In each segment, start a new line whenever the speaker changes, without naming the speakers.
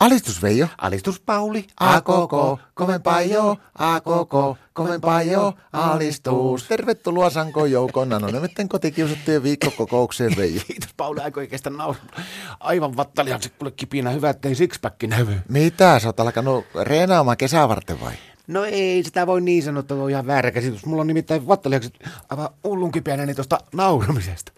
Alistus Veijo.
Alistus Pauli,
A koko, kovempaa jo, A koko, kovempaa jo, alistus. Tervetuloa Sanko joukona, no nimittäin kotikiusattujen viikkokokoukseen Veijo.
Kiitos Pauli, aiko ei kestä naurun. Aivan vattaliaksi kuule kipinä, hyvä ettei sixpacki näy.
Mitä, sä oot alkanut reenaamaan kesää varten vai?
No ei sitä voi niin sanoa, että on ihan väärä käsitys. Mulla on nimittäin vattaliakset aivan hullun kipeänä niin tuosta nauramisesta.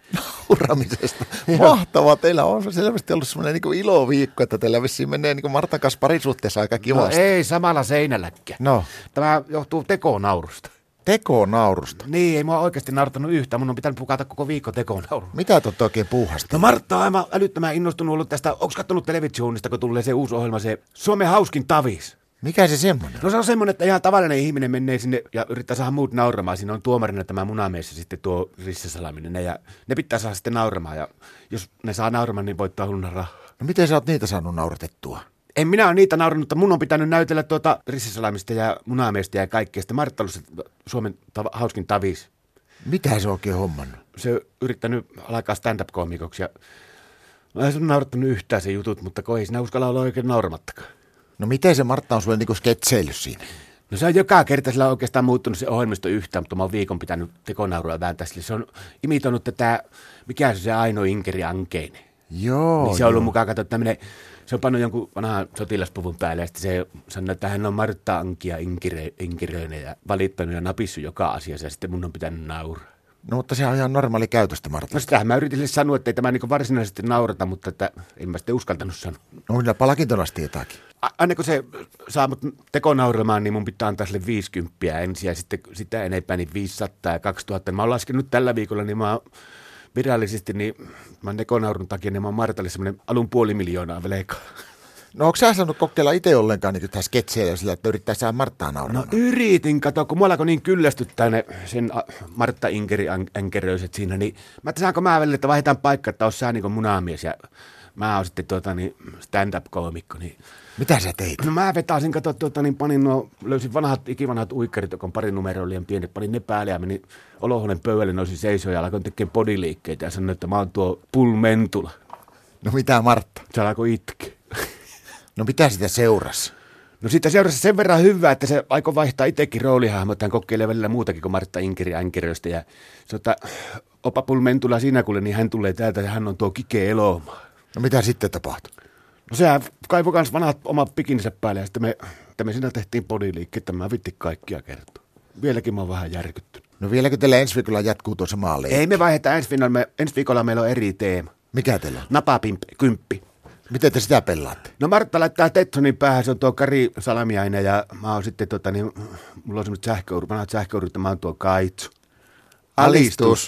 Uramisesta. Mahtavaa, teillä on se selvästi ollut semmoinen niinku iloviikko, että teillä vissiin menee niinku Martan kanssa parisuhteessa aika
No
kivasti.
ei samalla seinälläkään.
No,
Tämä johtuu tekonaurusta.
teko naurusta.
Niin, ei mua oikeasti naurattanut yhtään. Mun on pitänyt pukata koko viikko tekonauru.
Mitä te ootte oikein puuhasta?
No Martta on aivan älyttömän innostunut ollut tästä. Onko kattonut televisioonista, kun tulee se uusi ohjelma, se Suomen hauskin tavis?
Mikä se semmoinen?
No se on semmoinen, että ihan tavallinen ihminen menee sinne ja yrittää saada muut nauramaan. Siinä on tuomarina tämä munamies ja sitten tuo Risse Salaminen. Ne, ja ne pitää saada sitten nauramaan ja jos ne saa nauramaan, niin voittaa hulluna rahaa.
No miten sä oot niitä saanut nauratettua?
En minä ole niitä naurannut, mutta mun on pitänyt näytellä tuota Risse Salamista ja munamiestä ja kaikkea. Sitten Martta ollut se Suomen tav- hauskin tavis.
Mitä se oikein hommannut?
Se on yrittänyt alkaa stand-up-koomikoksi ja mä en se ole naurattanut yhtään se jutut, mutta kun ei siinä uskalla olla oikein nauramattakaan.
No miten se Martta on sulle niinku sketseillyt siinä?
No se on joka kerta sillä on oikeastaan muuttunut se ohjelmisto yhtään, mutta mä oon viikon pitänyt tekonaurua vääntää sille. Se on imitoinut tätä, mikä se on se Aino Inkeri Ankeinen.
Joo.
Niin se on ollut mukaan katsoa tämmönen, se on pannut jonkun vanhan sotilaspuvun päälle ja sitten se sanoi, että hän on Martta Ankia Inkire, Inkiröinen ja valittanut ja napissut joka asiassa ja sitten mun on pitänyt nauraa.
No mutta sehän on ihan normaali käytöstä, Martta.
No sitähän mä yritin sille sanoa, että ei tämä niinku varsinaisesti naurata, mutta että en mä sitten uskaltanut sanoa.
No kyllä palkintonasti jotakin.
A- Aina kun se saa mut tekonauramaan, niin mun pitää antaa sille 50 ensin ja sitten sitä enempää, niin 500 ja 2000. Mä oon laskenut tällä viikolla, niin mä oon virallisesti, niin mä oon tekonaurun takia, niin mä oon Martalle semmoinen alun puoli miljoonaa velkaa.
No onko sä saanut kokeilla itse ollenkaan niin tähän sketsejä sillä, että yrittää saada Marttaa nauraa?
No yritin, kato, kun mua alkoi niin kyllästyttää ne sen a, Martta Inkeri an- Ankeröiset siinä, niin mä että saanko mä välillä, että vaihdetaan paikka, että oot sä niin munamies ja mä oon sitten tuota, niin stand-up-koomikko, niin
Mitä sä teit?
No mä vetäisin, kato, tuota, niin panin nuo, löysin vanhat, ikivanhat uikkarit, joka on pari numeroa liian pienet, panin ne päälle ja menin olohuoneen pöydälle, nousin seisoon ja alkoin tekemään bodiliikkeitä ja sanoin, että mä oon tuo pulmentula.
No mitä Martta?
Se alkoi itkeä.
No mitä sitä seurasi?
No siitä seurasi sen verran hyvää, että se aiko vaihtaa itsekin roolihahmot, että hän kokeilee välillä muutakin kuin Martta Inkeri Änkiröstä ja sanoi, että opa pulmentula sinä kuule, niin hän tulee täältä ja hän on tuo Kike Elomaa.
No mitä sitten tapahtui?
No sehän kaivoi kans vanhat omat pikinsä päälle ja sitten me, sitten me siinä tehtiin bodiliikkeet, että mä vitti kaikkia kertoa. Vieläkin mä oon vähän järkyttynyt.
No vieläkö teillä ensi viikolla jatkuu tuo sama leikki?
Ei me vaihdetaan ensi viikolla, me, ensi viikolla meillä on eri teema.
Mikä teillä on?
Napapimp, kymppi.
Miten te sitä pelaatte?
No Martta laittaa Tetsonin päähän, se on tuo Kari Salamiainen ja mä oon sitten tota niin, mulla on semmoset sähköurut, vanhat sähköurut, että mä oon tuo Kaitsu.
Alistus.